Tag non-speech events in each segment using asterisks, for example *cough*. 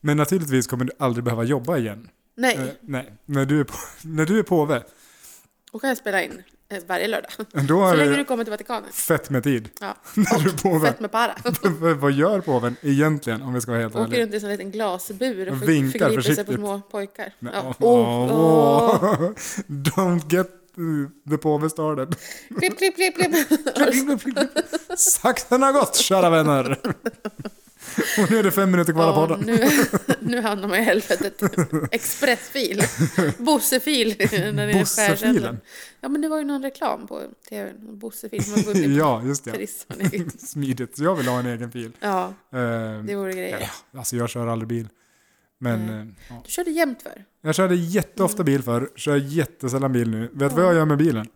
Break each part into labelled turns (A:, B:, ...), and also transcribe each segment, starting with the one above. A: Men naturligtvis kommer du aldrig behöva jobba igen.
B: Nej,
A: Eh, nej. När du är, på, *laughs* när du är påve,
B: då kan jag spela in eh, varje lördag.
A: då
B: Så
A: är
B: länge du
A: det
B: kommer till Vatikanen.
A: fett med tid.
B: Ja.
A: *laughs* När du är påve.
B: Fett med para.
A: *laughs* Vad gör påven egentligen, om vi ska vara helt
B: *laughs* Åker
A: ärliga?
B: runt i en sån liten glasbur och
A: Och
B: för-
A: vinkar
B: förgriper sig på
A: försiktigt.
B: små pojkar.
A: Nej,
B: Ja.
A: åh,
B: Oh,
A: åh.
B: oh.
A: *laughs* Don't get uh, the påve started. *laughs*
B: Klipp, klipp, klipp, klipp.
A: Sakten har gått, kära
B: *laughs*
A: vänner. Och nu är det fem minuter kvar av
B: Ja,
A: podden.
B: nu, *laughs* nu hamnar man
A: *laughs*
B: i helvetet. Expressfil. Bossefil. *laughs* när det är
A: Bossefilen.
B: skärselden. Ja, men det var ju någon reklam på tv. någon Bossefil som har vunnit
A: *laughs* Ja, just det.
B: Turismen i-
A: Smidigt. Jag vill ha en egen bil.
B: Ja,
A: Ehm,
B: det vore
A: ja,
B: grejer.
A: ja, alltså jag kör aldrig bil. Men
B: Nej.
A: eh, ja.
B: Du körde jämt för.
A: jag körde jätteofta bil förr, kör jättesällan bil nu. Vet du vad jag gör med bilen?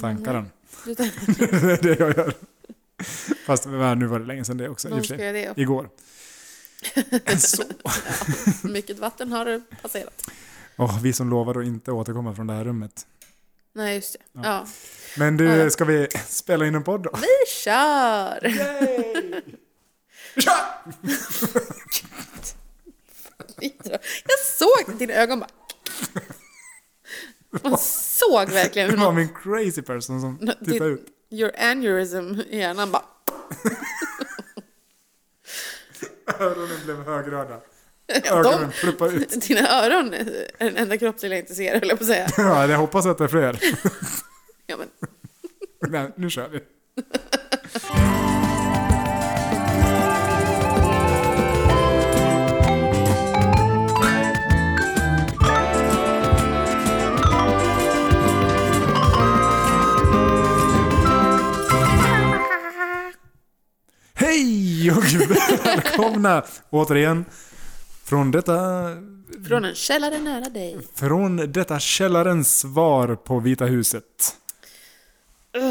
A: Tankar
B: Mm.
A: den. *laughs* det är det jag gör. Fast men, nu var det länge sedan det också. I och
B: Någon
A: för
B: ska
A: sig.
B: göra det.
A: Igår.
B: *laughs*
A: Så.
B: Mycket vatten har passerat.
A: Åh, vi som lovade att inte återkomma från det här rummet.
B: Nej, just det.
A: Ja.
B: Ja.
A: Men
B: Ja,
A: du,
B: ja.
A: ska vi spela in en podd då?
B: Vi kör! Jag såg dina ögon bara... Man såg verkligen
A: Det
B: hur
A: var
B: någon
A: min crazy person som
B: Nå,
A: tittade ut.
B: Your aneurysm i hjärnan bara...
A: Öronen blev högröda.
B: Ja,
A: Ögonen
B: de,
A: pluppade ut.
B: dina öron är den enda kroppsdel jag inte ser, höll jag på att säga.
A: Ja, jag hoppas att det är fler.
B: Ja, men,
A: Nej, nu kör vi. Hej och välkomna återigen från detta,
B: från en källare nära dig. *laughs*
A: från detta källarens svar på Vita huset.
B: Ugh.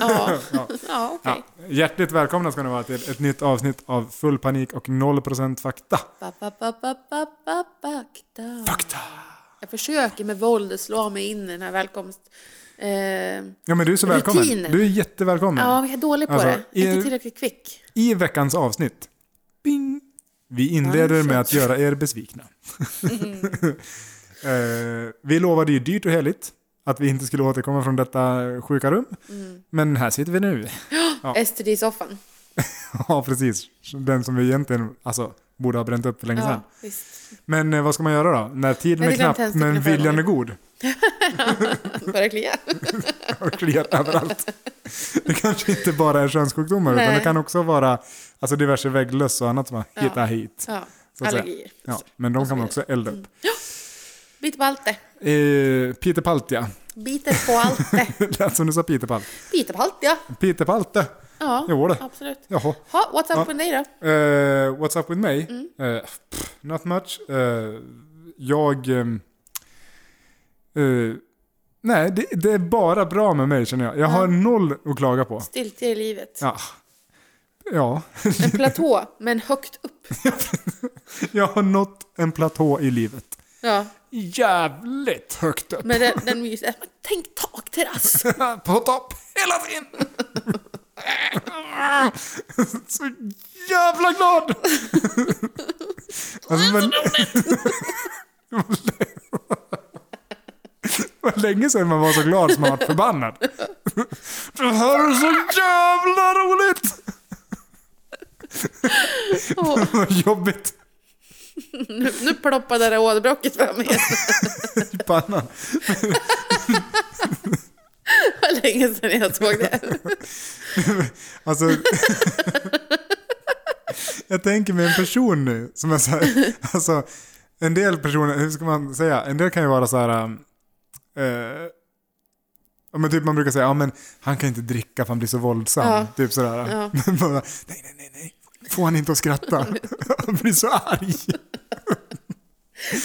B: ja,
A: Ja.
B: ja okej.
A: Ja, hjärtligt välkomna ska ni vara till ett nytt avsnitt av Full panik och 0% fakta.
B: Ba, ba, ba, ba, ba, ba, bakta.
A: Fakta!
B: Jag försöker med våld slå mig in i den här välkomst... Eh,
A: Ja men du är så välkommen.
B: Rutin.
A: Du är jättevälkommen.
B: ja, jag är dålig på
A: Mm. Alltså,
B: det.
A: är-
B: Inte tillräckligt kvick.
A: I veckans avsnitt, bing, vi inleder med att göra er besvikna.
B: Mm.
A: *laughs* Eh, vi lovade ju dyrt och heligt att vi inte skulle återkomma från detta sjuka rum.
B: Mm.
A: Men här sitter vi nu. *laughs* Ja.
B: Ester i soffan.
A: ja precis, den som vi egentligen alltså, borde ha bränt upp för länge sedan.
B: Ja, visst. *laughs*
A: Men eh, vad ska man göra då? När tiden är
B: Jag tycker
A: knapp
B: inte ens det
A: men
B: kunde vara
A: viljan är
B: roligt.
A: god.
B: Börjar klia.
A: och kliar överallt. Det kanske inte bara är könssjukdomar utan
B: Nej.
A: det kan också vara alltså, diverse vägglöss och annat som har
B: Ja.
A: hittat hit.
B: Ja,
A: Så att säga.
B: allergier.
A: Ja, men de
B: Och så
A: kan man också
B: vidare.
A: elda upp.
B: Mm. Ja, bit på allt det. Mm.
A: Eh, Peter *laughs* Paltja.
B: Biter på allt det.
A: *laughs* Lät som du sa Peter Palt.
B: Biter på allt, ja.
A: Peter Palte.
B: Ja,
A: Jo det.
B: absolut.
A: Jaha.
B: Ha, what's
A: Ja.
B: up with dig då?
A: Eh, what's up with me?
B: Mm.
A: Eh, pff, not much. Eh, jag... ehm, eh, nej, det, det är bara bra med mig känner jag. Jag har noll att klaga på.
B: Stiltje i livet.
A: Ja. Ja. *laughs*
B: En platå, men högt upp.
A: Jag har nått en platå i livet.
B: Ja,
A: Jävligt högt upp.
B: men den, den mysiga... Men Tänk takterrass!
A: *laughs* På topp hela tiden. *laughs* Så jävla *laughs* glad! Alltså, men... *laughs* Det var länge sedan man var så glad som man var förbannad. *laughs* Det här är så jävla roligt! *laughs*
B: Åh,
A: Vad jobbigt.
B: nu, nu ploppade det åderbråcket fram igen.
A: i pannan.
B: Det var länge sedan jag såg det.
A: Alltså, *laughs* jag tänker mig en person nu som är så här, alltså, en del personer, hur ska man säga, en del kan ju vara så här, um, eh, ja, men typ man brukar säga, ja men han kan inte dricka för han blir så våldsam,
B: Ja.
A: typ sådär.
B: Ja.
A: *laughs* Men bara, nej, nej, nej, nej, får han inte att
B: *laughs*
A: skratta? han blir så arg.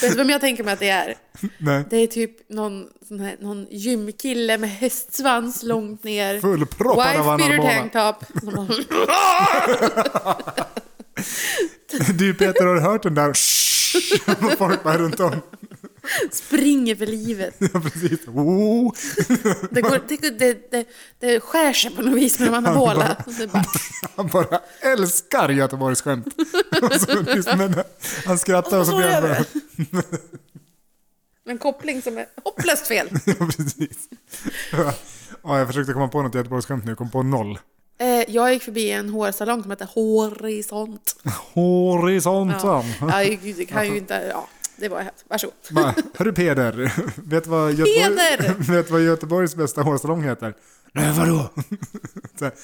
B: Vet du vem jag tänker mig att det är?
A: Nej,
B: Det är typ någon, sån här, någon gymkille med hästsvans långt ner.
A: fullproppad av
B: Wife beater
A: anabola.
B: tanktop. Som bara-
A: *laughs* Du Peter, har du hört den där? Folk bara runt om.
B: Springer för livet.
A: Ja, precis. Oh!
B: Det, går, det, det, det, det skär sig på något vis
A: *laughs*
B: med de anabola. Det bara,
A: Han bara älskar Göteborgsskämt. Och så lyssnar han- liksom, han skrattar och så blir han bara...
B: En koppling som är hopplöst fel.
A: *laughs* Ja, precis. Ja, jag försökte komma på något Göteborgsskämt nu, kom på noll.
B: Eh, jag gick förbi en hårsalong som hette Horisont.
A: Horisonten.
B: Ja, gud, det kan ju inte... Ja, det var hemskt. Varsågod.
A: Bara, Hörru Peder, *laughs* vet vad, Göteborg,
B: Peder!
A: *laughs* vet vad Göteborgs bästa hårsalong heter? Nej, vadå? *laughs* Så här,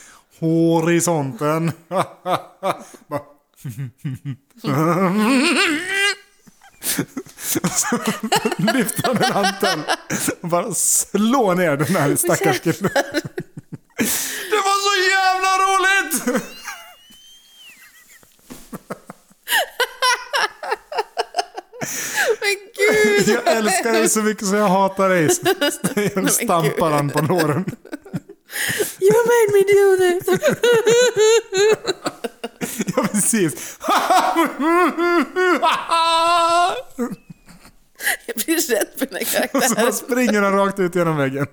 A: Horisonten. *laughs* Bara, Och *laughs* så lyfter han en hantel och bara slår ner den här stackars killen. Det var så jävla roligt!
B: Men gud!
A: *laughs* Jag älskar dig så mycket så jag hatar dig. Jag stampar han på låren.
B: *laughs* You made me do this! *laughs*
A: *laughs* Ja, precis.
B: Jag blir rädd för den här
A: Och så bara
B: karaktären.
A: springer han rakt ut genom väggen.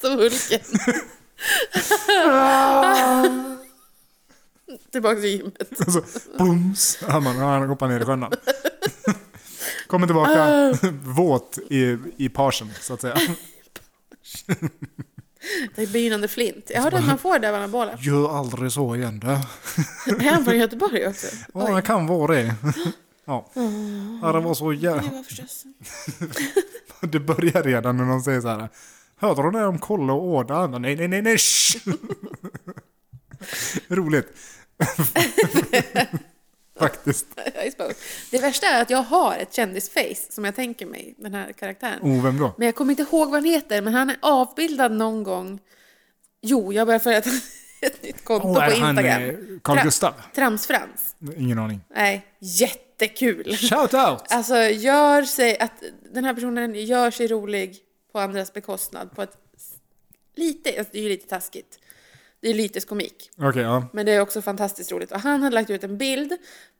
B: Som *laughs* Hulken. Tillbaka till gymmet.
A: Och så booms. Ja, man, han hoppar ner i sjön. han. *laughs* Kommer tillbaka *laughs* våt i, i parsen, så att säga. *laughs*
B: Det är begynnande flint. Jag hörde att man får det av anabola.
A: Gör aldrig så igen du.
B: Är han från Göteborg också?
A: Ja, det kan vara det. Ja. ja, det var så jävla...
B: var förstås.
A: *laughs* Det börjar redan när någon säger så här. Hörde du det om Kolle och Åda? Nej, nej, nej, *laughs* nej, shh. Roligt. *laughs* Faktiskt.
B: I suppose. Det värsta är att jag har ett kändisface som jag tänker mig, den här karaktären.
A: Oh, vem då?
B: Men jag kommer inte ihåg vad han heter, men han är avbildad någon gång. Jo, jag börjar följa *laughs* ett, ett nytt konto
A: Oh,
B: på
A: är han
B: Instagram. Tra-
A: Carl Gustav?
B: Tramsfrans.
A: Ingen aning.
B: Nej, jättekul.
A: Shout out!
B: Alltså, gör sig, att den här personen gör sig rolig på andras bekostnad på ett lite, alltså det är ju lite taskigt. Det är lyteskomik.
A: Okej, ja.
B: Men det är också fantastiskt roligt. Och han hade lagt ut en bild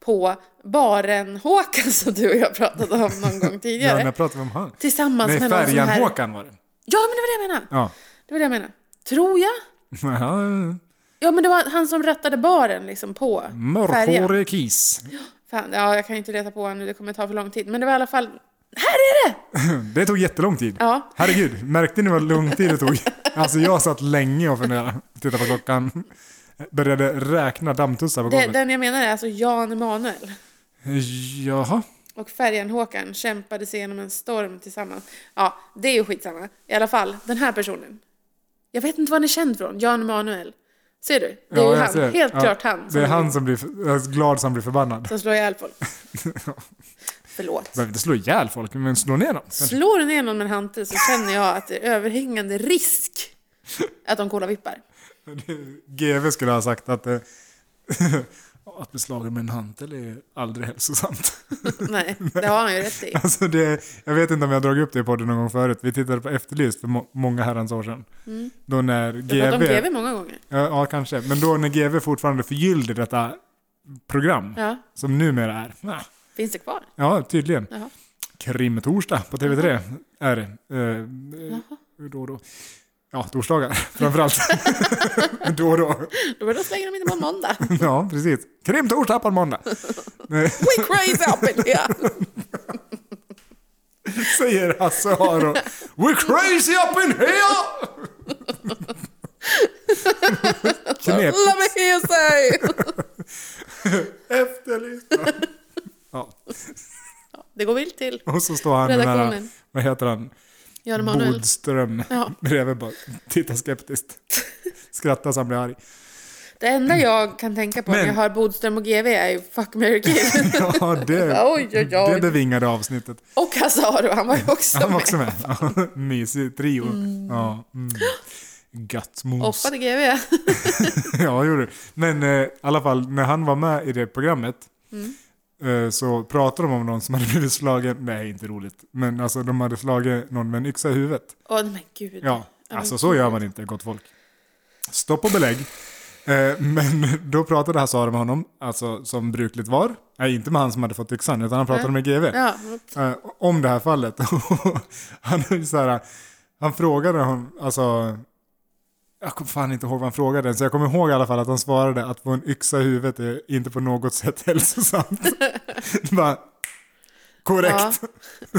B: på baren-Håkan som du och jag pratade om någon gång
A: *laughs* ja. När
B: tidigare.
A: pratar vi om han?
B: Tillsammans
A: Nej,
B: med någon sån här...
A: Färjan-Håkan var det.
B: Ja, men det var det jag menade.
A: Ja.
B: Det var det jag menade. Tror jag.
A: Jaha,
B: Ja, men det var han som rattade baren liksom på färjan.
A: Mörkhårig kis.
B: Fan, ja, jag kan ju inte leta på honom nu, det kommer ta för lång tid. Men det var i alla fall...
A: Det tog jättelång tid.
B: Ja.
A: Herregud, märkte ni vad lång tid det
B: *laughs*
A: tog? Alltså jag satt länge och funderade. Titta på klockan. Började räkna dammtussar på
B: Det,
A: golvet.
B: den jag menar är alltså Jan Emanuel.
A: Jaha.
B: Och Färjan-Håkan kämpade sig genom en storm tillsammans. Ja, det är ju skitsamma. I alla fall, den här personen. Jag vet inte var han är känd från. Jan Emanuel. Ser du? Det
A: Ja,
B: är ju
A: jag
B: han.
A: ser.
B: Helt
A: Ja,
B: klart han.
A: Det är han som blir för, glad som blir förbannad.
B: som slår ihjäl
A: *laughs*
B: folk. Förlåt.
A: Behöver inte slå ihjäl folk, men slå ner dem.
B: Slår du ner någon med en hantel så känner jag att det är överhängande risk att de kolavippar.
A: GV skulle ha sagt att eh, *laughs* att bli slagen med en hantel är aldrig hälsosamt.
B: *laughs* Nej, det har han ju rätt i.
A: Alltså det, jag vet inte om jag har dragit upp det i podden någon gång förut. Vi tittade på Efterlyst för må, många herrans år sedan. Då när
B: Jag har pratat om
A: GV,
B: GV många gånger.
A: ja, ja, kanske, men då när GV fortfarande förgyllde detta program
B: Ja,
A: som numera är, ah,
B: finns det kvar?
A: ja tydligen,
B: Jaha.
A: Krimtorsdag på TV3 är det. Eh, Eh, då och då. Ja, torsdagar *laughs* framförallt. då och då.
B: Då var det att slänga dem in på en måndag. *laughs*
A: Ja, precis. Krimtorsdag på en måndag.
B: We crazy up in here!
A: *laughs* Säger Hasse Aro. We're crazy up in
B: *laughs*
A: here! Knep.
B: Let me hear say!
A: Efterlyst. Ja.
B: Det går vilt till.
A: Och så står han med den här,
B: Redaktionen.
A: vad heter han,
B: Jan Emanuel.
A: Bodström
B: Ja.
A: bredvid bara. Tittar skeptiskt. Skrattar så han blir
B: *laughs*
A: arg.
B: Det enda jag kan tänka på
A: Men-
B: när jag hör Bodström och GV är ju Fuck, marry, kill.
A: *laughs* Ja, det,
B: Oj, oj, oj.
A: det bevingade avsnittet.
B: Och Hazaro, han var ju också
A: Han var
B: med.
A: också med. Ja, *laughs* Mysig trio. Ja, mm. Gött mos.
B: Offade GV.
A: *laughs* Ja, gjorde det. Men eh, i alla fall, när han var med i det programmet eh, så pratade de om någon som hade blivit slagen. Nej, inte roligt. Men alltså, de hade slagit någon med en yxa i huvudet.
B: Åh, nej men gud.
A: Ja, alltså så gör man inte, gott folk. Stopp och belägg. Eh, *laughs* Men då pratade Hassar med honom, alltså som brukligt var. Nej, inte med han som hade fått yxan, utan han pratade med GV.
B: Ja,
A: eh, om det här fallet. *laughs* han, är ju så här, han frågade honom, alltså, jag kommer fan inte ihåg vad han frågade ens. Jag kommer ihåg i alla fall att han svarade att få en yxa i huvudet är inte på något sätt *laughs* hälsosamt. Det bara,
B: ja.
A: korrekt.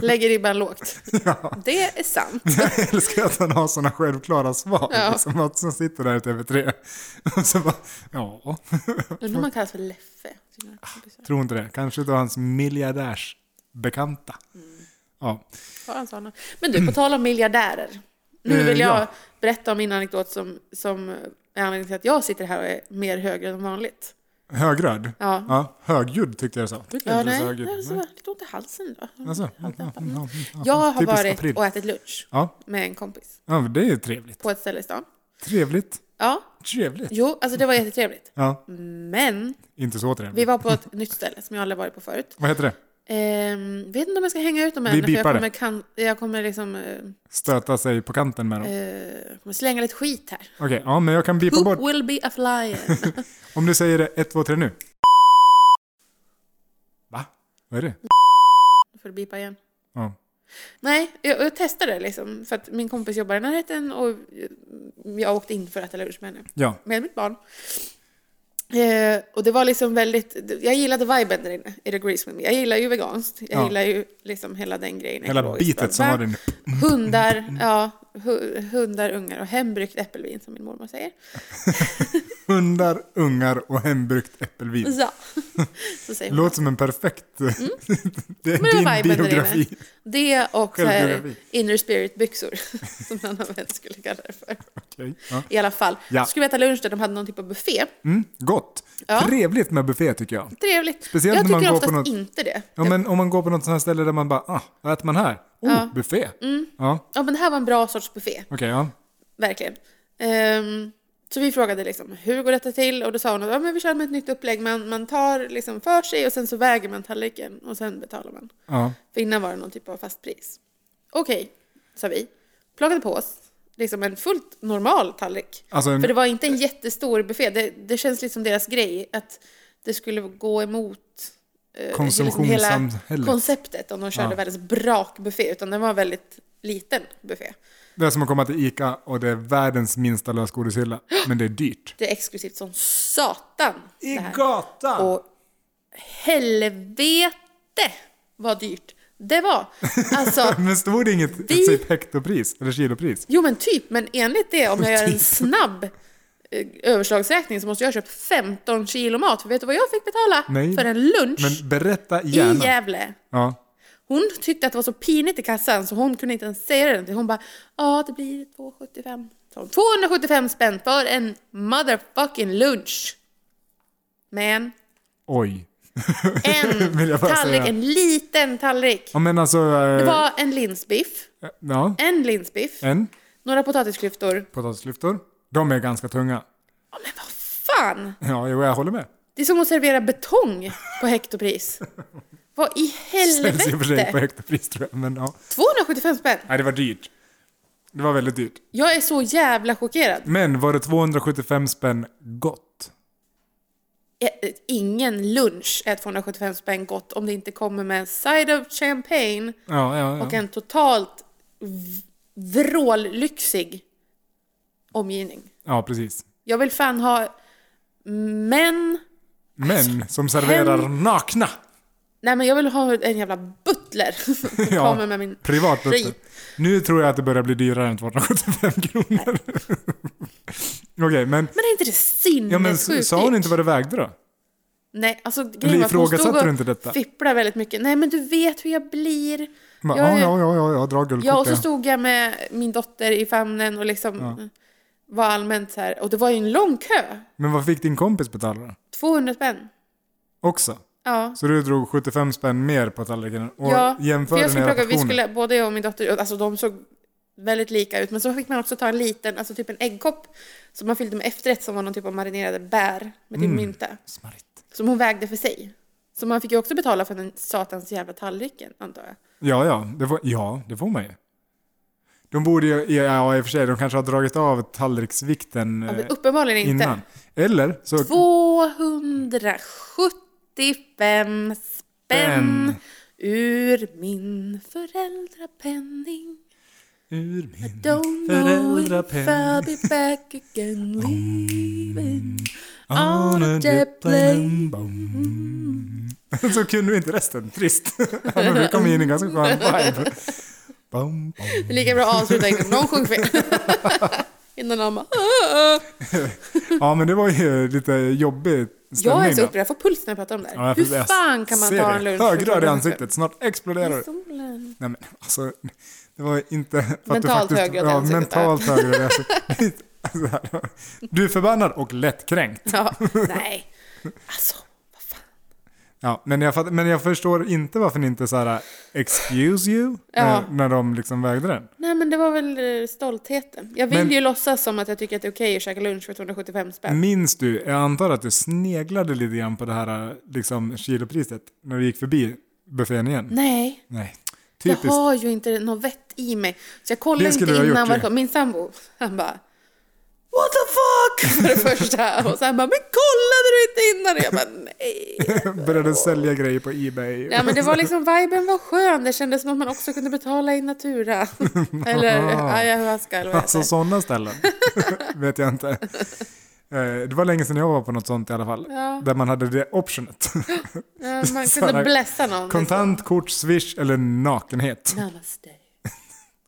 B: Lägger ribban lågt.
A: *laughs* Ja.
B: Det är sant.
A: *laughs* Jag älskar att han har sådana självklara svar.
B: Ja.
A: Liksom, att som sitter där i TV3. *laughs* Och så bara, ja,
B: Undrar om han kallas för Leffe. till mina kompisar.
A: tror inte det. Kanske då hans miljardärsbekanta.
B: Mm.
A: Ja.
B: Har han såna? Men du, på tal om miljardärer. Nu
A: Eh,
B: vill jag
A: ja.
B: berätta om min anekdot som, som är anledningen till att jag sitter här och är mer högre än vanligt.
A: Högröd?
B: Ja.
A: ja. Högljudd tyckte jag du sa. Tycker
B: Ja,
A: inte du
B: nej,
A: sa
B: jag
A: högljudd?
B: har så- lite ont i halsen idag.
A: Alltså,
B: Allt
A: ja,
B: dämpat.
A: ja, ja, ja.
B: Jag har
A: Typiskt
B: varit
A: april.
B: och ätit lunch
A: Ja.
B: med en kompis
A: ja, men det är ju trevligt.
B: på ett ställe i stan.
A: Trevligt.
B: Ja,
A: Trevligt.
B: jo, alltså det var jättetrevligt.
A: Ja,
B: Men
A: inte så
B: vi
A: trevligt.
B: var
A: *laughs*
B: på ett nytt ställe som jag aldrig varit på förut.
A: Vad heter det?
B: Ehm, vet inte om jag ska hänga ut dem
A: Vi
B: än, för jag
A: bipar det.
B: kommer, kan, jag kommer liksom eh,
A: Stöta sig på kanten med dem. Okej,
B: eh, kommer slänga lite skit här.
A: ja, men jag kan bipa bort.
B: Poop will be a flying.
A: *laughs* Om du säger det 1, 2, 3 nu. Va? Vad är det?
B: Då får du bipa igen.
A: Ja.
B: Nej, jag, jag testade liksom, för att min kompis jobbar i närheten och eh, jag åkte in för att äta lunch med henne.
A: ja.
B: med mitt barn. Eh, och det var liksom väldigt, jag gillade viben där inne, it agrees with me. Jag gillar ju veganskt, jag
A: Ja.
B: gillar ju liksom hela den grejen.
A: Hela
B: ekologiskt.
A: bitet som var det nu.
B: Hundar, ja, hu- hundar, ungar och hembryggt äppelvin som min mormor säger.
A: Hundar, ungar och hembryggt äppelvin.
B: Ja, *laughs* så säger hon.
A: Låter som en perfekt... *laughs* det
B: Mm. Men det var
A: är din
B: viben där
A: biografi.
B: inne. Det och så här,
A: Självbiografi.
B: inner spirit byxor, *laughs* som någon annan skulle kalla det för.
A: Okej, ja.
B: I alla fall,
A: Ja.
B: så skulle vi äta lunch där de hade någon typ av buffé.
A: Mm, gott.
B: Ja.
A: Trevligt med buffé tycker jag.
B: Trevligt.
A: Speciellt
B: jag
A: när man
B: tycker
A: går på
B: oftast
A: något-
B: inte det.
A: Ja, men om man går på något sånt här ställe där man bara, ah, vad äter man här? Oh,
B: Typ. Ja. Mm.
A: buffé. Ja,
B: Ja, men det här var en bra sorts buffé.
A: okej, ja.
B: Verkligen. Ehm, så vi frågade liksom, hur går detta till? Och då sa hon att ja, men vi kör med ett nytt upplägg. Man, man tar liksom för sig och sen så väger man tallriken och sen betalar man.
A: Ja,
B: För innan var det någon typ av fast pris. Okej, sa vi. Plockade på oss liksom en fullt normal tallrik.
A: Alltså en-
B: För det var inte en jättestor buffé. Det, det känns lite som deras grej att det skulle gå emot eh,
A: Konsumtionssamhället.
B: hela konceptet om de körde
A: Ja.
B: världens brakbuffé. Utan den var en väldigt liten buffé.
A: Det är som att komma till ICA och det är världens minsta lösgodishylla,
B: *gasps*
A: men det är dyrt.
B: Det är exklusivt som satan.
A: I
B: det här.
A: gatan!
B: Och helvete vad dyrt det var. Alltså,
A: Men stod det inget
B: Vi-
A: typ hektopris eller kilopris?
B: jo men typ, men enligt det om jag gör en
A: *laughs* Typ.
B: snabb eh, överslagsräkning så måste jag ha köpt 15 kilo mat. För vet du vad jag fick betala
A: Nej.
B: för en lunch
A: Men berätta gärna.
B: i Gävle?
A: Ja.
B: Hon tyckte att det var så pinigt i kassan så hon kunde inte ens säga det. Hon bara, ja det blir 275. sa hon. 275 spänn för en motherfucking lunch. Men
A: Oj. *laughs* Vill
B: en
A: jag bara
B: tallrik,
A: säga.
B: en liten tallrik.
A: Ja, men alltså...
B: Det
A: Eh,
B: var en linsbiff,
A: Ja,
B: en linsbiff,
A: en
B: några potatisklyftor.
A: potatisklyftor. De är ganska tunga.
B: Ja, men vad fan!
A: Ja, jo, jag håller med.
B: Det är som att servera betong på hektopris. Vad i
A: Säljs i och för sig på
B: helvete!
A: hektopris tror jag, men ja.
B: 275 spänn!
A: Nej, det var dyrt. Det var väldigt dyrt.
B: Jag är så jävla chockerad.
A: Men var det 275 spänn gott?
B: Ä- ä- Ingen lunch är 275 spänn gott om det inte kommer med en side of champagne
A: Ja, ja, ja.
B: och en totalt v- vrållyxig omgivning.
A: ja precis.
B: Jag vill fan ha män
A: Män
B: Alltså,
A: som serverar nakna.
B: Nej men jag vill ha en jävla butler *laughs* som
A: *laughs* Ja,
B: kommer med min
A: Privat
B: skit.
A: buffé. Nu tror jag att det börjar bli dyrare än 275 kronor. *laughs* Okej, men,
B: Men är inte det
A: ja, men
B: sinnessjukt
A: s- sa hon
B: dyrt?
A: inte vad det vägde då?
B: Nej, alltså
A: Eller
B: grejen var att hon
A: ifrågasatte
B: stod och
A: du inte detta?
B: fipplade väldigt mycket. Nej men du vet hur jag blir.
A: Bara,
B: Jag
A: Ja,
B: är-
A: ja, ja, ja, jag drar
B: Ja och
A: guldkortet.
B: så stod jag med min dotter i famnen och liksom var allmänt så här. Och det var ju en lång kö.
A: Men vad fick din kompis betala då?
B: 200 spänn.
A: Också?
B: Ja.
A: Så du drog 75 spänn mer på tallriken och
B: ja, för
A: jämförde
B: jag skulle
A: era
B: plocka, vi
A: portioner?
B: skulle, både jag och min dotter, alltså de såg väldigt lika ut. Men så fick man också ta en liten, alltså typ en äggkopp som man fyllde med efterrätt som var någon typ av marinerade bär med
A: Mm.
B: typ mynta.
A: Smarrigt.
B: Som hon vägde för sig. Så man fick ju också betala för den satans jävla tallriken, antar jag.
A: Ja, ja det, får, ja, det får man ju. De borde ju, ja i och för sig, de kanske har dragit av tallriksvikten
B: Ja,
A: eh,
B: men uppenbarligen inte.
A: innan. Eller så...
B: 275
A: Spänn.
B: spänn ur min föräldrapenning.
A: Ur min
B: Don't know if I'll
A: föräldrapenn
B: be back again
A: *laughs*
B: leaving
A: on
B: on
A: a
B: a
A: jet
B: jet
A: plane.
B: plane.
A: Boom. *laughs* Så kunde vi inte resten, trist. *laughs* Ja, men vi kom in i en ganska skön vibe. Bom, bom.
B: Det är lika bra att avsluta innan någon sjöng
A: *laughs*
B: fel. Innan någon bara "Ah." "Åh, åh."
A: Ja men det var ju lite jobbig
B: Jag är
A: stämning
B: så
A: då.
B: upprörd, jag får puls när jag pratar om det här.
A: Ja, jag
B: Hur
A: jag
B: fan kan man
A: ser
B: ta
A: det.
B: en lunch?
A: Högröd i ansiktet, snart exploderar du.
B: Solen.
A: Nej men alltså, det var inte... För att du
B: Mentalt
A: faktiskt-
B: högröd i
A: Ja,
B: ansiktet,
A: mentalt högröd i *laughs* ansiktet. Så här. Du är förbannad och lättkränkt. *laughs*
B: Ja, nej. Alltså, vad fan.
A: Ja, men, jag fatt, men jag förstår inte varför ni inte så här “excuse you”
B: Ja.
A: när, när de liksom vägde den.
B: Nej men det var väl eh, stoltheten. Jag vill
A: Men- Mm.
B: ju låtsas som att jag tycker att det är okej att käka lunch för 275 spänn.
A: Minns du, jag antar att du sneglade lite grann på det här liksom, kilopriset när du gick förbi buffén igen?
B: Mm. Nej,
A: Nej.
B: jag
A: Typiskt.
B: har ju inte något vett i mig. Så jag
A: Det
B: kollade inte
A: skulle du ha gjort
B: innan var
A: ju.
B: det kom. Min sambo, han bara What the fuck! *laughs* För det första. Och sen bara, men kollade du inte innan? Och jag
A: *laughs*
B: bara,
A: *laughs*
B: nej.
A: Började sälja grejer på Ebay.
B: Ja men det var liksom, viben var skön. Det kändes som att man också kunde betala
A: *laughs*
B: i natura. Eller ayahuasca eller vad
A: Alltså
B: heter.
A: sådana ställen *laughs* vet jag inte. Eh, Det var länge sedan jag var på något sånt i alla fall.
B: Ja.
A: Där man hade det optionet.
B: Ja, Man
A: sådana-
B: kunde blessa någon.
A: Kontant, kort, swish eller nakenhet.
B: Namaste.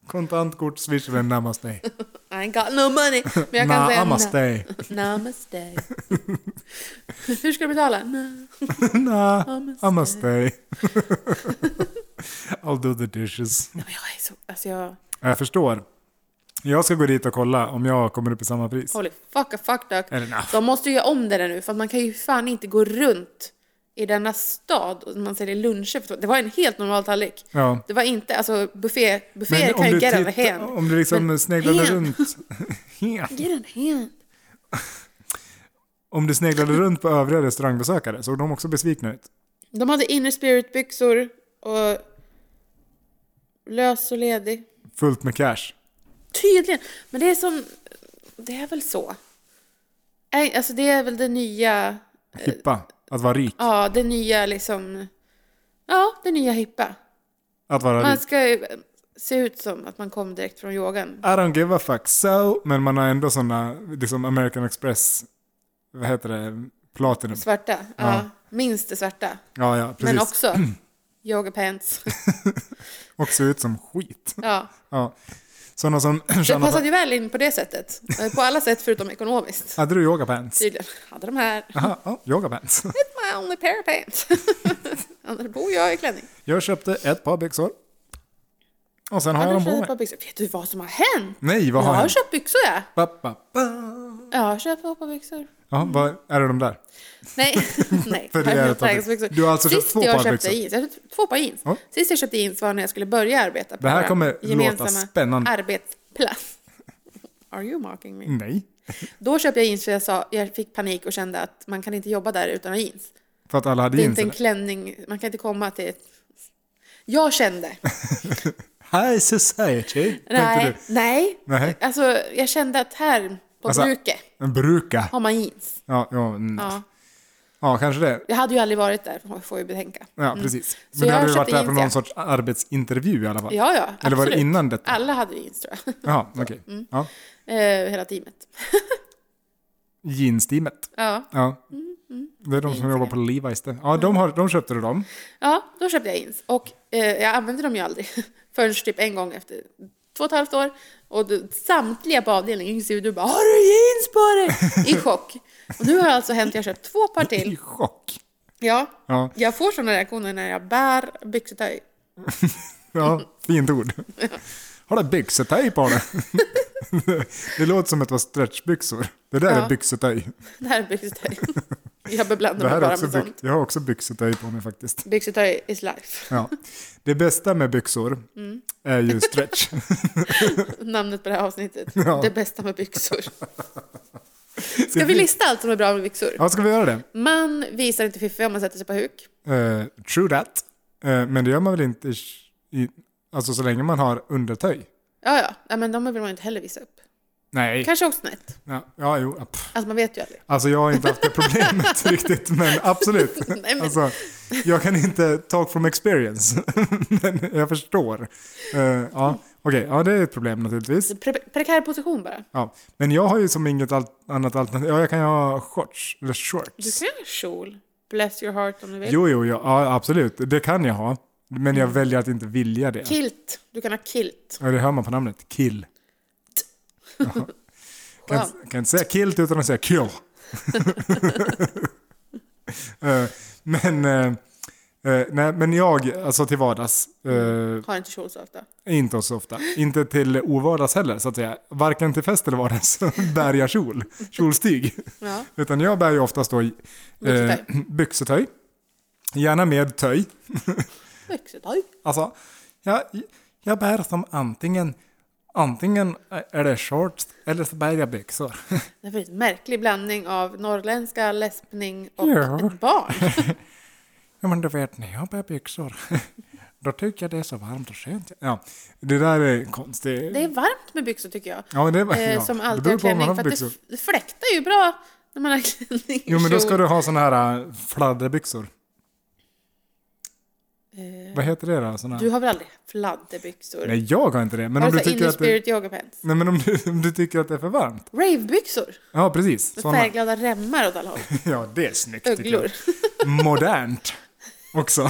A: Kontant, kort, swish eller namaste.
B: I ain't got no money. Men *laughs* jag kan säga
A: *laughs* Namaste.
B: Namaste. *laughs* Hur ska du betala? Na-
A: Namaste. *laughs* I'll do the dishes.
B: Nej, men jag är så... Alltså jag...
A: Jag förstår. Jag ska gå dit och kolla om jag kommer upp i samma pris.
B: Holy fuck a fuck duck.
A: Eller nah.
B: De måste ju göra om det där nu för att man kan ju fan inte gå runt i denna stad och man säljer luncher. för- Det var en helt normal tallrik.
A: Ja.
B: Det var inte, alltså buffé, bufféer
A: Men om
B: kan ju
A: du,
B: get on
A: titt-
B: the hand.
A: om du liksom
B: Men- *laughs*
A: sneglade
B: Hen.
A: runt... *laughs* Hen.
B: Get on the hand.
A: Om du sneglade runt på övriga restaurangbesökare såg de också besvikna ut.
B: De hade inner spirit byxor och lös och ledig.
A: Fullt med cash.
B: Tydligen. Men det är som... Det är väl så. Nej, Alltså det är väl det nya...
A: Hippa. Att vara rik.
B: Ja, det nya liksom... Ja, det nya hippa.
A: Att vara
B: Man
A: rik.
B: ska ju se ut som att man kom direkt från yogan.
A: I don't give a fuck so. Men man har ändå såna, liksom American Express, vad heter det, platinum.
B: Svarta. Ja. Minst det svarta.
A: Ja, ja, precis.
B: Men också *clears throat* yogapants.
A: Och se ut som skit.
B: Ja.
A: Ja. Sådana som
B: Det
A: tjänar...
B: passade ju väl in på det sättet. Eh, På alla sätt förutom ekonomiskt.
A: Hade du yogapants?
B: Tydligen. Hade de här.
A: Aha, ja,
B: *laughs*
A: yogapants.
B: My only pair of pants. *laughs* Annars bor jag i klänning.
A: Jag köpte ett par byxor. Och sen har jag dem
B: Annars
A: på
B: hade jag
A: mig.
B: bara byxor. Vet du vad som har hänt?
A: Nej, vad
B: Jag
A: har
B: har
A: jag?
B: köpt byxor jag.
A: Ba, ba, ba.
B: Jag har köpt ett par byxor.
A: Ja, vad är det de där?
B: Nej, *laughs* nej.
A: För det är ett par
B: Träningsbyxor.
A: byxor. Du har alltså
B: Sist
A: köpt två
B: jag
A: par
B: köpte
A: byxor?
B: Jeans, jag köpte två par jeans.
A: Ja.
B: Sist jag köpte jeans var när jag skulle börja arbeta på
A: Det här
B: vår
A: kommer låta
B: gemensamma
A: spännande. *laughs*
B: arbetsplats. Are you mocking me?
A: Nej.
B: Då köpte jag jeans för jag, sa, jag fick panik och kände att man kan inte jobba där utan att ha jeans.
A: För att alla hade
B: Det är
A: jeans.
B: inte en
A: eller?
B: klänning, man kan inte komma till... ett-
A: *laughs*
B: Jag kände,
A: High society, tänkte
B: nej,
A: du.
B: nej.
A: Nej.
B: Alltså jag kände att här på
A: Alltså-
B: bruket
A: En bruka.
B: har man jeans.
A: Ja, ja, mm.
B: Ja.
A: ja, kanske det.
B: Jag hade ju aldrig varit där, får jag ju betänka.
A: Ja, precis. Men
B: Mm. jag
A: du hade
B: har
A: ju varit
B: köpt
A: där på
B: jeans,
A: någon
B: ja.
A: sorts arbetsintervju i alla fall.
B: Ja, ja,
A: Eller var det
B: absolut.
A: innan detta?
B: Alla hade jeans tror jag. *laughs*
A: Jaha, okej.
B: Mm.
A: Ja.
B: Eh, hela teamet.
A: Jeans-teamet.
B: Ja.
A: Ja.
B: Mm.
A: Det är de som jobbar på Levi's. det. Ja, de, har, de köpte du dem.
B: ja, då köpte jag jeans. Och eh, jag använde dem ju aldrig *laughs* förrän typ en gång efter två och ett halvt år. Och då, samtliga på avdelningen, inklusive du, bara “Har du jeans på
A: *laughs*
B: dig?” i chock. Och nu har det alltså hänt att jag har köpt två par
A: I *laughs*
B: till.
A: chock.
B: Ja,
A: Ja.
B: jag får sådana reaktioner när jag bär byxetöj.
A: Ja, fint
B: *laughs*
A: ord. Har du byxetejp har du? *laughs* Det låter som att det var stretchbyxor. Det där
B: Ja.
A: är byxetej.
B: *laughs* Det här är
A: *laughs*
B: byxetöj. Jag beblandar
A: Det här
B: mig
A: är
B: bara
A: också
B: med
A: byx-
B: sånt.
A: jag har också byxetej på mig faktiskt.
B: Byxetöj is life. *laughs*
A: Ja. Det bästa med byxor
B: Mm.
A: är ju stretch.
B: Namnet på det här avsnittet.
A: Ja.
B: Det bästa
A: *laughs*
B: med byxor. Ska vi lista allt som är bra med byxor?
A: Ja, ska vi göra det?
B: Man visar inte fiffi om man sätter sig på huk.
A: Eh, true that. Eh, men det gör man väl inte i, alltså så länge man har undertöj?
B: Ja, ja. Nej, men de vill man ju inte heller visa upp.
A: Mm. Nej.
B: Kanske också snett.
A: Ja, ja, jo. ja, pff.
B: Alltså man vet ju aldrig.
A: *laughs* Alltså jag har inte haft det
B: *laughs*
A: problemet riktigt, men absolut.
B: Nej, men-
A: Alltså, jag kan inte talk from experience, *laughs* men jag förstår. Eh, ja, okej, ja det är ett problem naturligtvis.
B: Så Pre prekär position bara.
A: Ja, men jag har ju som inget al- annat alternativ. Ja, jag kan ju ha shorts, eller
B: Du
A: shorts.
B: kan ha kjol. Bless your heart om du vill.
A: Jo, jo, ja, ja, absolut. Det kan jag ha. Men
B: Mm.
A: jag väljer att inte vilja det.
B: Kilt. Du kan ha kilt.
A: Ja, det hör man på namnet. Kill. Ja. Kan,
B: Skönt.
A: kan inte säga kilt utan att säga kill. Eh, men, eh, eh, nej, men jag, alltså till vardags, eh,
B: Har inte kjol så ofta.
A: inte så ofta. Inte till ovardags heller, så att säga. Varken till fest eller vardags *laughs* bär jag kjol, kjolstyg.
B: Ja.
A: Utan jag bär ju oftast då eh, *clears throat*
B: Byxetöj.
A: byxetöj. Gärna med töj.
B: Byxetöj.
A: Alltså, jag, jag bär som antingen, antingen är det shorts eller så bär jag byxor. *laughs*
B: Det är en märklig blandning av norrländska, läspning och
A: Ja.
B: ett barn.
A: Ja men du vet när jag bär byxor, *laughs* då tycker jag det är så varmt och skönt. Ja, det där är konstigt.
B: Det är varmt med byxor tycker jag.
A: ja, men det, var-
B: eh,
A: ja,
B: som
A: det
B: alltid
A: beror
B: har
A: på vad man
B: klänning. För
A: har
B: att
A: för byxor.
B: det, f- det fläktar ju bra när man har klänning och
A: Jo men då ska
B: kjol.
A: du ha såna här äh, fladderbyxor. Vad heter det då? Såna...
B: Eh. Du Alltså har väl aldrig fladderbyxor?
A: Nej jag har inte det. Men
B: har
A: om
B: du
A: du,
B: så
A: tycker
B: inner
A: att det...
B: spirit yoga pants?
A: Nej men om du, *laughs* om du tycker att det är för varmt.
B: Ravebyxor?
A: Ja precis.
B: Med
A: Såna.
B: färgglada remmar åt alla håll.
A: *laughs* Ja det är snyggt tycker jag.
B: Öglor.
A: Modernt. Också.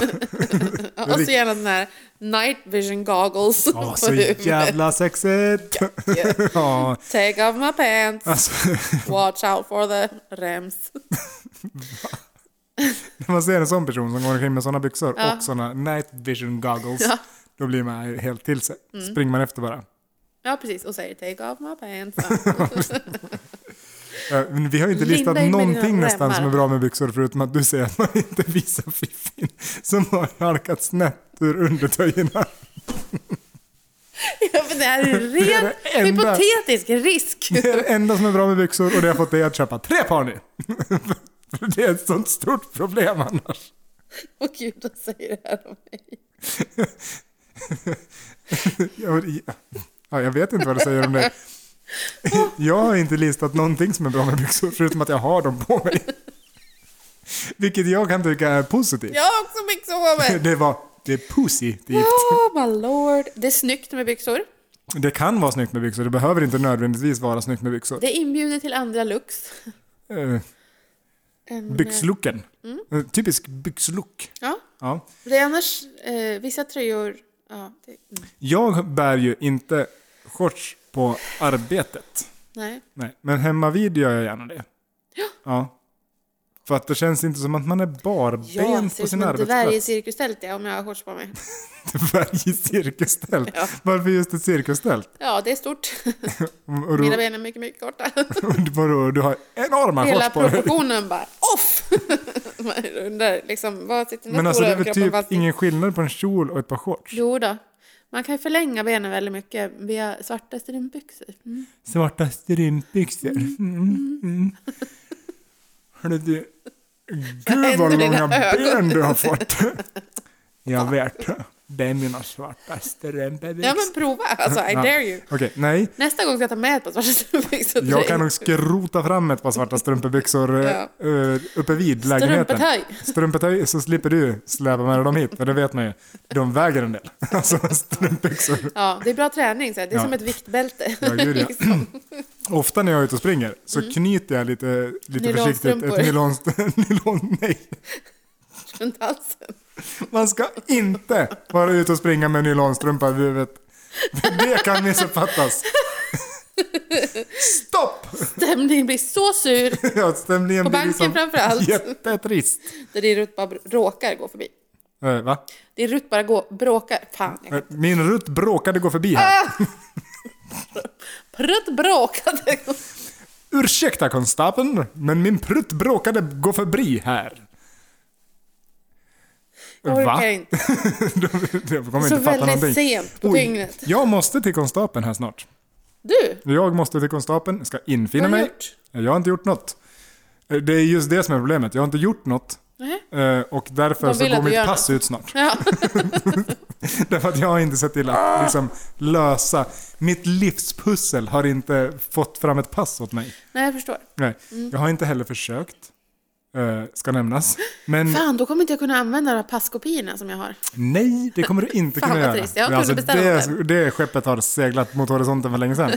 B: Ja, och så gärna den här night vision goggles.
A: Ja,
B: *laughs* på
A: så
B: huvudet.
A: jävla sexigt! *laughs* Ja,
B: Take off my pants.
A: alltså,
B: Watch out for the rems.
A: när man ser en sån person som går omkring med såna byxor
B: Ja.
A: och såna night vision goggles,
B: Ja. Mm.
A: då blir man helt till sig. Springer man efter bara.
B: Ja, precis. Och säger take off my pants. *laughs*
A: Eh, men Vi har ju inte
B: Linda
A: listat
B: in med dina
A: någonting nästan
B: remmar.
A: som är bra med byxor förutom att du säger att man inte visar fiffin som har halkat snett ur undertöjerna.
B: ja, men det här är en ren
A: det enda.
B: hypotetisk risk.
A: *laughs* Det är det enda som är bra med byxor och det har jag fått dig att köpa tre par nu. *laughs* För det är ett sånt stort problem annars.
B: Och gud, vad säger det här om mig?
A: Jag, ja, jag vet inte vad det säger om det. Jag har inte listat någonting som är bra med byxor förutom att jag har dem på mig. Vilket jag kan tycka är positivt.
B: Jag har också byxor på mig.
A: Det var *laughs* det är positivt.
B: Oh my lord. Det är snyggt med byxor.
A: Det kan vara snyggt med byxor, det behöver inte nödvändigtvis vara snyggt med byxor.
B: Det inbjuder till andra looks.
A: Eh,
B: En, eh,
A: Byxlooken. Eh, Typisk byxlook.
B: Ja,
A: Ja.
B: det är annars eh, vissa tröjor. Ja, det, mm,
A: Jag bär ju inte shorts på arbetet.
B: nej.
A: Nej, men hemma vid gör jag gärna det. Ja. För att det känns inte som att man är
B: Jag
A: barbent
B: ser
A: på
B: ut
A: sin
B: som
A: *laughs*
B: en dvärg i
A: arbetsplats.
B: cirkustält ja, om jag har shorts på mig.
A: Dvärgcirkustält.
B: Ja.
A: Varför just ett cirkustält?
B: Ja, det är stort.
A: Och
B: Mina
A: du,
B: ben är mycket, mycket korta.
A: *laughs* vadå, du har enorma
B: Hela
A: shorts på dig.
B: proportionen bara off! *laughs* Man undrar liksom, vad sitter
A: *laughs*
B: den
A: Men alltså
B: stora
A: det är väl
B: överkroppen
A: typ
B: fast i?
A: ingen skillnad på en kjol och ett par shorts?
B: Jo då. Man kan ju förlänga benen väldigt mycket via svarta strumpbyxor. Mm.
A: Svarta strumpbyxor. Mm. Mm. Hörru du, gud
B: händer
A: vad
B: i
A: långa
B: dina
A: ben du har
B: *laughs*
A: fått. Jag vet, det är mina svarta
B: Ja
A: strumpbyxor.
B: men prova, alltså I
A: Ja.
B: dare you.
A: Okej, nej.
B: Nästa gång ska jag ta med ett par svarta strumpbyxor *laughs* till
A: Jag
B: dig.
A: kan nog skrota fram ett par svarta strumpbyxor ja.
B: Ja.
A: uppe vid lägenheten.
B: Strumpetöj.
A: Strumpetöj, så slipper du släpa med dem hit, för det vet man ju. De väger en del. *laughs* Alltså strumpbyxor.
B: Ja, det är bra träning. Så här. Det är
A: Ja.
B: som ett viktbälte.
A: Ja, gud, ja.
B: *laughs* liksom.
A: Ofta när jag är ute och springer så
B: Mm.
A: knyter jag lite, lite försiktigt
B: Nylonstrumpor.
A: ett nylon, *laughs* nylon... Nej,
B: Runt halsen.
A: man ska inte vara ute och springa med nylonstrumpa över huvudet. Det kan
B: *laughs*
A: missuppfattas. Stopp!
B: Stämningen blir så sur
A: Ja, stämningen
B: På
A: blir
B: banken
A: liksom *laughs*
B: framför allt.
A: jättetrist.
B: där din rutt bara råkar gå förbi.
A: Eh, Va?
B: Din rutt bara går, bråkar. Fan, jag kan...
A: Eh, Min rutt bråkade gå förbi här.
B: Prutt bråkade.
A: Ursäkta konstapeln, men min prutt bråkade gå förbi här.
B: Jag
A: *laughs*
B: orkar inte.
A: De de kommer
B: Så
A: inte fatta någonting.
B: väldigt sent på
A: Oj,
B: dygnet.
A: Jag måste till konstapeln här snart.
B: Du,
A: Jag måste till konstapeln, ska infinna
B: Vad har
A: mig.
B: du gjort?
A: Eh, Jag har inte gjort något. Det är just det som är problemet. Jag har inte gjort något.
B: Nähä.
A: Eh, och därför
B: De
A: så
B: vill
A: går
B: att du
A: mitt
B: gör
A: pass ut snart. *laughs*
B: Ja. *laughs*
A: Därför att jag har inte sett till
B: Ah!
A: att liksom, lösa... Mitt livspussel har inte fått fram ett pass åt mig.
B: Nej, jag förstår.
A: Nej.
B: Mm.
A: Jag har inte heller försökt. eh, Ska nämnas. Men
B: Fan, då kommer inte jag kunna använda de här passkopiorna som jag har.
A: nej, det kommer du inte
B: Fan,
A: kunna
B: vad
A: göra.
B: trist. Jag kunde bestämt
A: det, det skeppet har seglat mot horisonten för
B: *laughs*
A: länge sedan.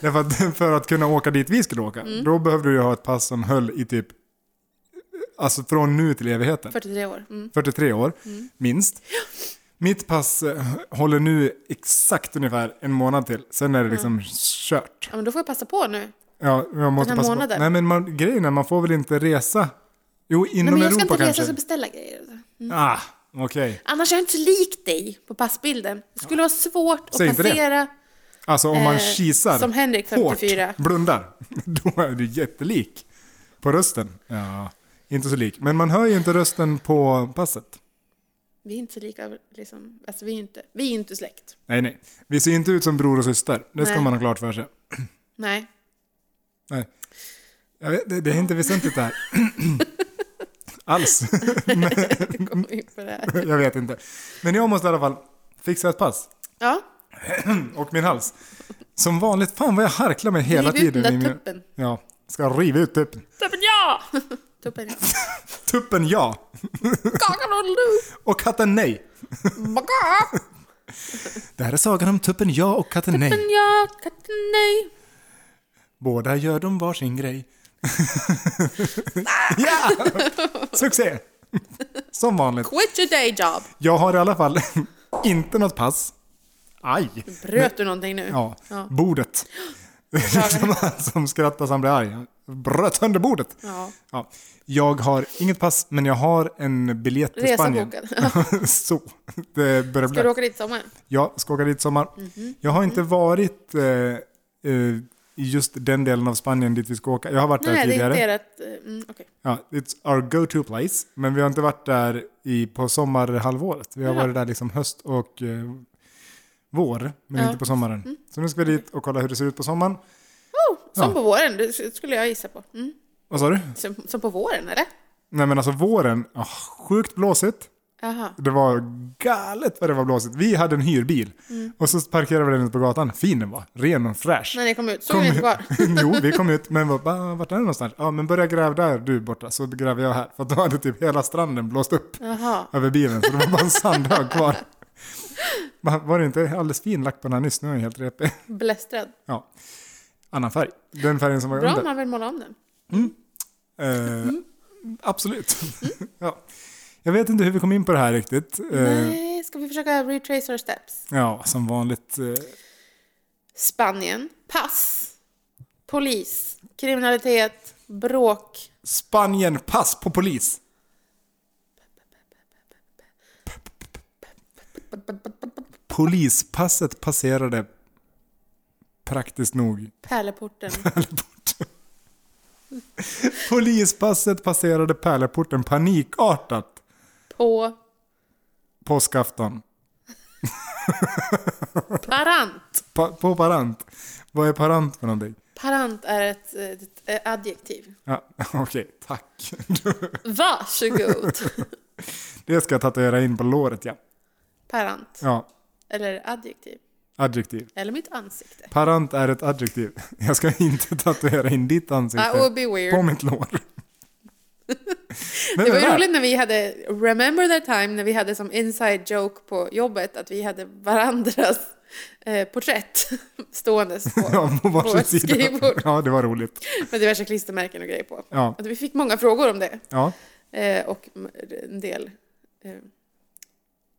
A: Därför att, för att kunna åka dit vi skulle åka,
B: Mm.
A: då behövde du ju ha ett pass som höll i typ... Alltså från nu till evigheten.
B: 43 år. Mm.
A: 43 år, minst. Mitt pass eh, håller nu exakt ungefär en månad till, sen är det liksom kört.
B: Ja, men då får jag passa på nu.
A: Ja, jag måste
B: Mm. Den här
A: passa på.
B: månaden?
A: Nej men man, grejen är, man får väl inte resa? Jo,
B: Nej,
A: inom
B: men jag ska
A: Europa
B: inte resa,
A: kanske.
B: jag ska beställa grejer.
A: Ah, okej.
B: Annars är jag inte så lik dig på passbilden. Det skulle vara svårt att
A: Säg inte det.
B: passera.
A: Alltså om man
B: Eh,
A: kisar
B: som Henrik, 54.
A: hårt, blundar, *laughs* då är du jättelik på rösten. Ja, inte så lik. Men man hör ju inte rösten på passet.
B: Vi är inte så lika, liksom. Alltså, vi är inte, vi är inte släkt.
A: Nej, nej. Vi ser inte ut som bror och syster. Det ska
B: Nej.
A: man ha klart för sig.
B: Nej.
A: Nej. Jag vet, det, det är inte väsentligt
B: *laughs*
A: det här. Alls. *laughs*
B: Vi kommer in på det här.
A: Jag vet inte. Men jag måste i alla fall fixa ett pass.
B: Ja,
A: Och min hals. Som vanligt. Fan vad jag harklar mig hela
B: riv ut den
A: tiden. i
B: där
A: min-
B: tuppen.
A: Ja. Ska riva ut tuppen.
B: Tuppen *laughs* ja! Tuppen ja.
A: Tuppen ja.
B: Kakan och lu!
A: Och katten nej.
B: Baka!
A: *laughs* Det här är sagan om tuppen ja och katten nej.
B: Tuppen ja, katten nej.
A: Båda gör de varsin
B: *laughs*
A: grej. ja! Succé! Som vanligt.
B: Quit your day job.
A: Jag har i alla fall *laughs* inte något pass. Aj!
B: Bröt du någonting nu?
A: Ja,
B: Ja.
A: bordet. *laughs* Som han som skrattar så han blir arg. Han Bröt sönder bordet.
B: Ja.
A: Ja. Jag har inget pass, men jag har en biljett till
B: Resa
A: Spanien. *laughs*
B: bokad.
A: så, det börjar
B: Ska du
A: bli.
B: åka dit i sommar?
A: Jag ska åka dit i sommar.
B: Mhm.
A: Jag har
B: Mm.
A: inte varit eh, eh, i just den delen av Spanien dit vi ska åka. Jag har varit där
B: Nej, det är
A: tidigare.
B: inte ert... eh, Mm, okej.
A: Ja, it's our go-to place. Men vi har inte varit där i, på sommarhalvåret. Vi har
B: Ja.
A: varit där liksom höst och eh, vår, men
B: Ja. Mm.
A: inte på sommaren. Så nu ska vi dit och kolla hur det ser ut på sommaren.
B: Oh, som
A: Ja.
B: på våren, det skulle jag gissa på. Mm.
A: Vad sa du?
B: Som, som på våren, eller?
A: Nej men alltså våren, ah, sjukt blåsigt.
B: Jaha.
A: Det var galet vad det var blåsigt. Vi hade en hyrbil
B: Mm.
A: och så parkerade vi den ute på gatan. Fin den var, ren och fräsch.
B: När ni kom ut, såg ni inte kvar?
A: *laughs* jo, vi kom ut men var bara, vart är det någonstans? Ja men börja gräva där du borta så gräver jag här. För då hade typ hela stranden blåst upp.
B: Jaha.
A: över bilen så det var bara en sandhög kvar. Va- Var det inte alldeles fin lack på den här nyss? Nu är den helt repig.
B: Blästrad.
A: Ja. Annan färg. Den färgen som var
B: Bra Mm. om
A: under.
B: man vill måla om den.
A: Eh, Absolut. *laughs* ja. Jag vet inte hur vi kom in på det här riktigt. Eh,
B: Nej, ska vi försöka retrace our steps?
A: ja, som vanligt. Eh,
B: Spanien, pass, polis, kriminalitet, bråk.
A: Spanien, pass på polis. Polispasset passerade praktiskt nog
B: Pärleporten.
A: Polispasset passerade pärleporten panikartat
B: På
A: påskafton.
B: parant.
A: Pa- på parant. Vad är parant för någonting?
B: Parant är ett, eh, ett, eh, adjektiv.
A: Ja, *laughs* Okej, tack.
B: Varsågod.
A: Det ska jag tatuera in på låret, ja.
B: *laughs* Parant.
A: Ja,
B: Eller adjektiv.
A: adjektiv.
B: Eller mitt ansikte.
A: Parant är ett adjektiv. Jag ska inte tatuera in ditt
B: That would
A: ansikte
B: be weird.
A: på mitt lår. Men
B: Det var ju
A: väl,
B: roligt när vi hade, remember that time, när vi hade som inside joke på jobbet att vi hade varandras eh, porträtt *laughs* ståendes på,
A: Ja, på
B: vårt
A: varsin sida.
B: skrivbord
A: Ja, det var roligt.
B: med diverse klistermärken och grejer på.
A: Ja,
B: Att vi fick många frågor om det
A: ja.
B: eh, och m- en del eh,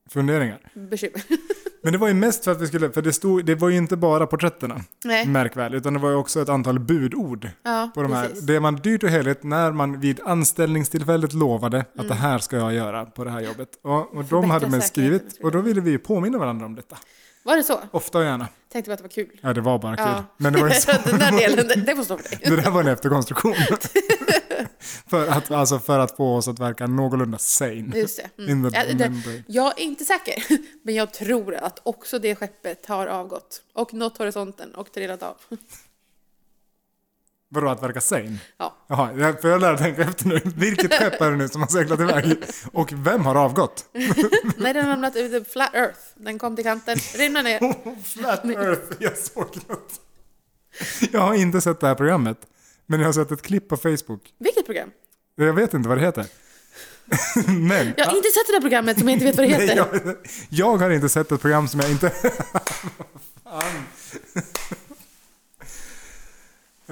A: Funderingar.
B: bekymmer.
A: Men det var ju mest för att vi skulle, för det, stod, det var ju inte bara porträtterna,
B: *laughs* Nej,
A: märk väl, utan det var ju också ett antal budord
B: ja,
A: Mm. på de här.
B: precis.
A: Det man dyrt och heligt när man vid anställningstillfället lovade att det här ska jag göra på det här jobbet. Och, och de
B: Mm. Förbättra
A: hade man
B: säkerheten,
A: skrivit
B: tror
A: och då ville vi ju påminna varandra om detta.
B: Var det så?
A: Ofta och gärna.
B: Tänkte bara att det var kul.
A: Ja, det var bara kul.
B: Ja.
A: Men
B: *laughs*
A: det var ju så.
B: Den där delen, det, det får stå för dig.
A: Det där var en efterkonstruktion. *laughs* för, att, alltså för att få oss att verka någorlunda sane.
B: Just det. Mm.
A: In the
B: Ja, det-
A: membrane.
B: Jag är inte säker, *laughs* men jag tror att också
A: *laughs*
B: det skeppet har avgått och nått horisonten och trillat av.
A: Vadå att verka sane?
B: Ja.
A: Jaha, jag- för jag lär tänka efter nu. Vilket skepp är det nu som har seglat
B: *laughs*
A: iväg? Och vem har avgått?
B: Nej, den har ramlat ut ur flat earth. Den kom till kanten,
A: *laughs*
B: rinner ner.
A: Flat Earth, *laughs* jag såg något. Jag har inte sett det här programmet. Men jag har sett ett klipp på Facebook.
B: Vilket program?
A: Jag vet inte vad det heter. *laughs* Men...
B: Jag har inte sett det där programmet som jag inte vet vad det
A: Nej,
B: heter.
A: jag, jag har inte sett ett program som jag inte... *laughs* Fan.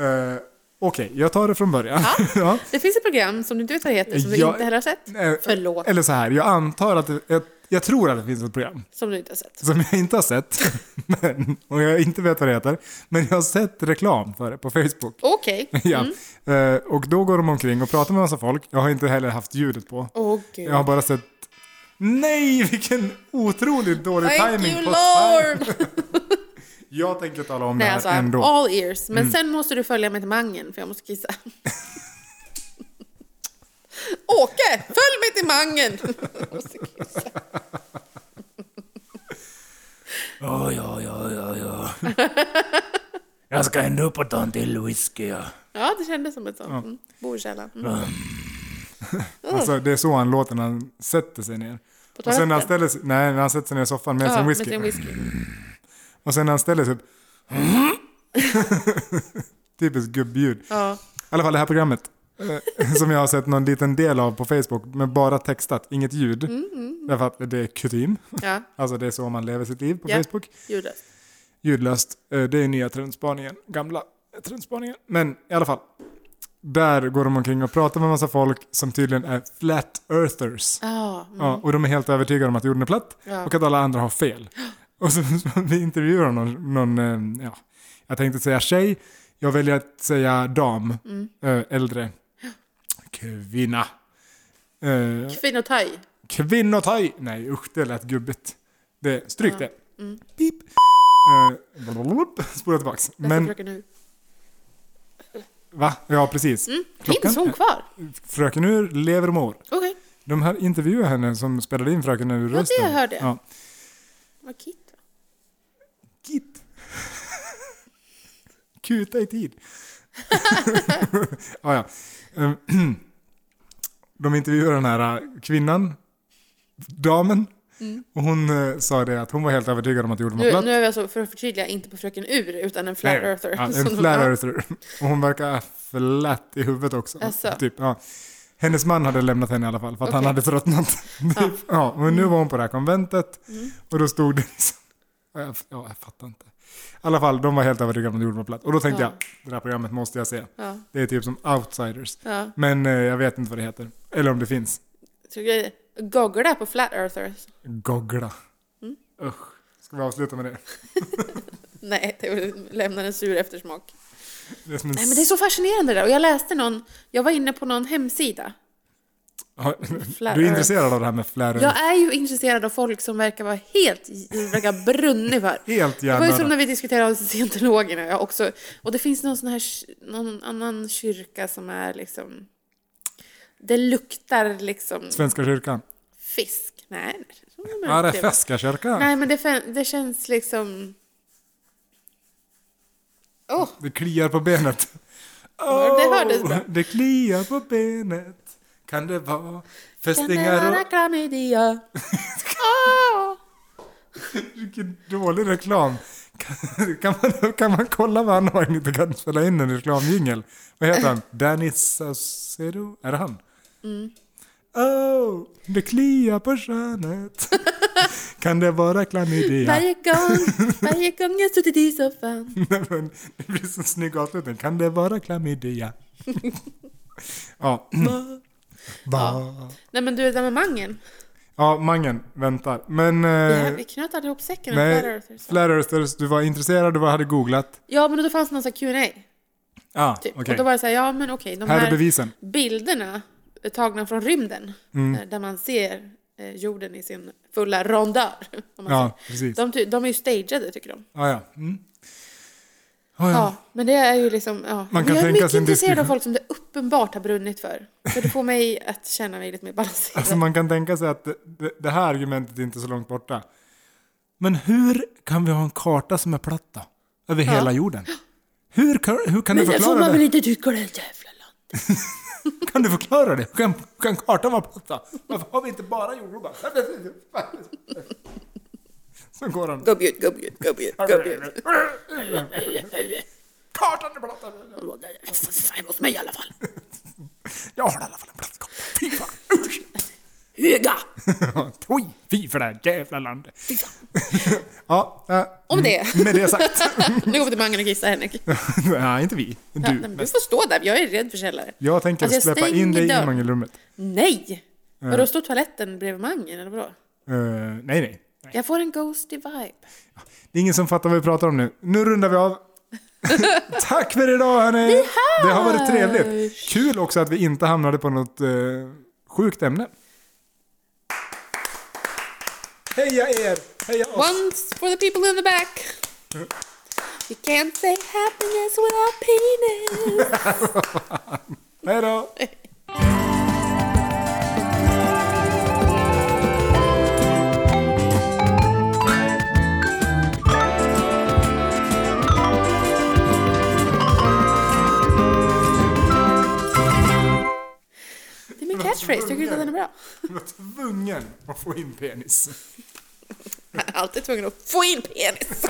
A: Eh, Okej, jag tar det från början.
B: Ja.
A: *laughs* Ja.
B: Det finns ett program som du inte vet vad det heter, som du
A: Jag-
B: inte heller har sett.
A: Eh,
B: Förlåt,
A: Eller så här, jag antar att... det- Jag, jag tror att det finns ett program
B: som du inte har sett.
A: som jag inte har sett. *laughs* Men, och jag inte vet vad det heter. Men jag har sett reklam för det på Facebook.
B: Okej.
A: *laughs* Ja.
B: Mm.
A: Eh, och då går de omkring och pratar med massa folk. Jag har inte heller haft ljudet på.
B: Åh gud.
A: Jag har bara sett... Nej, vilken otroligt dålig
B: Thank
A: timing
B: you
A: på timing.
B: Lord!
A: Jag tänker tala om
B: Nej,
A: det här
B: alltså,
A: ändå. Mm.
B: all ears. Men sen måste du följa mig till mangen, för jag måste kissa. *laughs* Åke, följ mig till mangen! *laughs* Jag måste kissa.
C: Ja, ja, ja, ja, *laughs* ja. Jag ska ändå upp och ta en till whisky. Ja.
B: Ja, det kändes som ett sånt. Mm. Bor i källaren. Mm.
A: Alltså, det är så han låter när han sätter sig ner. Och sen när han ställer
B: toaletten?
A: sig, nej, när han sätter sig ner i soffan med
B: Ja,
A: sin
B: med
A: whisky.
B: sin whisky.
A: Och sen när han ställer sig upp. *laughs* Typiskt gubbljud. I
B: Ja.
A: alla fall det här programmet. eh, som jag har sett någon liten del av på Facebook. Men bara textat, inget ljud.
B: Mm,
A: Därför att det är kutym.
B: Ja,
A: Alltså det är så man lever sitt liv på
B: Ja.
A: Facebook.
B: ljudlöst.
A: ljudlöst. Eh, Det är nya trendspaningen, gamla trendspaningen. Men i alla fall. Där går de omkring och pratar med massa folk som tydligen är flat earthers.
B: Ja, mm.
A: Ja, och de är helt övertygade om att jorden är platt
B: Ja.
A: och att alla andra har
B: *gasps*
A: fel. Och så vi intervjuar någon, någon eh, ja, jag tänkte säga tjej, jag väljer att säga dam,
B: Mm.
A: eh,
B: *gasps*
A: äldre, kvinna. Eh,
B: Kvinnotaj.
A: Kvinnotaj! Nej usch, det lät gubbigt. Det, stryk det.
B: mm.
A: Pip. Eh, *laughs* blablabla. Spola tillbaks.
B: Men...
A: Men,
B: Klockan nu.
A: va? Ja, precis.
B: Mm, Finns hon kvar?
A: Fröken Ur lever och mår.
B: Okej.
A: De här intervjuade henne som spelade in Fröken Ur-rösten.
B: Ja, det hörde jag.
A: Ja.
B: Vad Kit?
A: Git. *laughs* Kuta i tid. *laughs* ah, ja. Ehm, *clears throat* De intervjuade den här äh, kvinnan, damen, och hon eh, sa det att hon var helt övertygad om att jorden var
B: Mm. Nu,
A: platt.
B: nu är vi alltså, för att förtydliga, inte på Fröken Ur, utan en flat
A: Nej,
B: earther. *laughs*
A: Ja,
B: Som-
A: en flat earther. Och hon verkar flat i huvudet också.
B: Asså.
A: Typ, ja. Hennes man hade lämnat henne i alla fall för att han
B: Alltså. Okej.
A: hade tröttnat.
B: *laughs*
A: Typ. *laughs* Ja, men nu var hon på det här konventet
B: Mm.
A: och då stod det liksom... Ja, jag- Ja, jag fattar inte. I alla fall, de var helt övertygade om att jorden var platt. Och då tänkte
B: Ja.
A: jag, det här programmet måste jag se.
B: Ja,
A: Det är typ som outsiders.
B: ja.
A: Men eh, jag vet inte vad det heter. Eller om det finns.
B: Så grejer. Googla på flat earthers.
A: Googla.
B: Mm.
A: Usch. Ska vi avsluta med det?
B: Nej, det lämnar en sur eftersmak.
A: Det är som en...
B: Nej, men det är så fascinerande det där. Och jag läste någon, jag var inne på någon hemsida.
A: Mm. Ja, Du är
B: Earth.
A: intresserad av det här med flat earth?
B: Jag är ju intresserad av folk som verkar vara helt, verkar brunnig för.
A: *laughs* Helt
B: Det var ju
A: hjärndöda.
B: som när vi diskuterade scientologerna. Jag också, och det finns någon sån här, ky- någon annan kyrka som är liksom, det luktar liksom
A: Svenska kyrkan.
B: fisk. Nej, nej.
A: Ja, det är Feskakyrkan.
B: Nej, men det, fän- det känns liksom... Åh, oh,
A: Det kliar på benet.
B: det hördes bra.
A: Det kliar på benet. Kan det vara
B: Kan det
A: fästingar
B: vara
A: och...
B: klamydia?
A: *laughs*
B: Åh!
A: Vilken dålig reklam. Kan, kan, man, kan man kolla vad han har om inte kan spela in en reklamjingel? Vad heter
B: *clears throat*
A: han? Danny Saucedo? Är det han?
B: Mm.
A: Oh, det kliar på
B: *laughs*
A: könet. kan det vara klamydia?
B: Varje gång, varje gång jag suttit i soffan.
A: *laughs* Nej, men det blir så snygg avslutning. Kan det vara
B: *laughs*
A: klamydia? *laughs* ja. Ba.
B: Nej men du, det där med mangen.
A: Ja, Mangen väntar. Men...
B: Ja,
A: Eh,
B: vi knöt aldrig ihop säcken. med
A: nej,
B: Flat Earthers.
A: Flat Earthers, du var intresserad, du var- hade googlat.
B: Ja, men då fanns det någon sån här Q&A.
A: Ah,
B: Typ.
A: okej.
B: Och då var det så här, ja men okej, de
A: Här är
B: här
A: bevisen.
B: bilderna är tagna från rymden. eh, Där man ser eh, jorden i sin fulla rondör. Om man
A: Ja,
B: säger.
A: precis.
B: De, ty- de är ju stageade tycker de.
A: Ah, ja. Mm. Ah, ja.
B: Ja, men det är ju liksom... Ja.
A: Man
B: Men
A: kan
B: jag är
A: tänka
B: mycket
A: sig en
B: intresserad av
A: diskussion.
B: folk som det uppenbart har brunnit för. För det får mig att känna mig lite mer balanserad.
A: Alltså man kan tänka sig att det, det, det här argumentet är inte så långt borta. Men hur kan vi ha en karta som är platt då? Över hela jorden? Hur kan, hur kan du
B: Men det får
A: förklara
B: man väl
A: det?
B: inte tycka det är ett jävla land.
A: Kan du förklara det? Hur kan, kan kartan vara platta? Varför har vi inte bara jordgubbar? Sen går han.
B: Gubbjut, gubbjut, gubbjut, gubbjut.
A: Kartan är platta!
B: Fan, hos mig i alla fall.
A: Jag har i alla fall en platt karta. Fy fan! Usch!
B: Höga!
A: Oj, fy för det här jävla landet. ja, äh,
B: Om det.
A: med det sagt.
B: *laughs* Nu går vi till Mangen och kissar Henrik.
A: *laughs* Nej, inte vi.
B: Ja, men
A: Du.
B: du får stå där, jag är rädd för källare.
A: Jag tänker
B: Alltså, jag
A: släppa in
B: stänger
A: dig i Eh.
B: dörren.
A: mangelrummet.
B: Nej! Vadå, står toaletten bredvid Mangen eller vadå?
A: Eh, nej, nej.
B: Jag får en ghosty vibe.
A: Det är ingen som fattar vad vi pratar om nu. Nu rundar vi av. *laughs* Tack för idag hörni! Det har varit trevligt. Kul också att vi inte hamnade på något eh, sjukt ämne. Heja er! Heja oss!
B: Once for the people in the back. You can't say happiness without penis.
A: Hej då!
B: Det är min catchphrase, tycker du att den är bra?
A: Jag var tvungen att få in penis.
B: Jag är alltid tvungen att få in penis.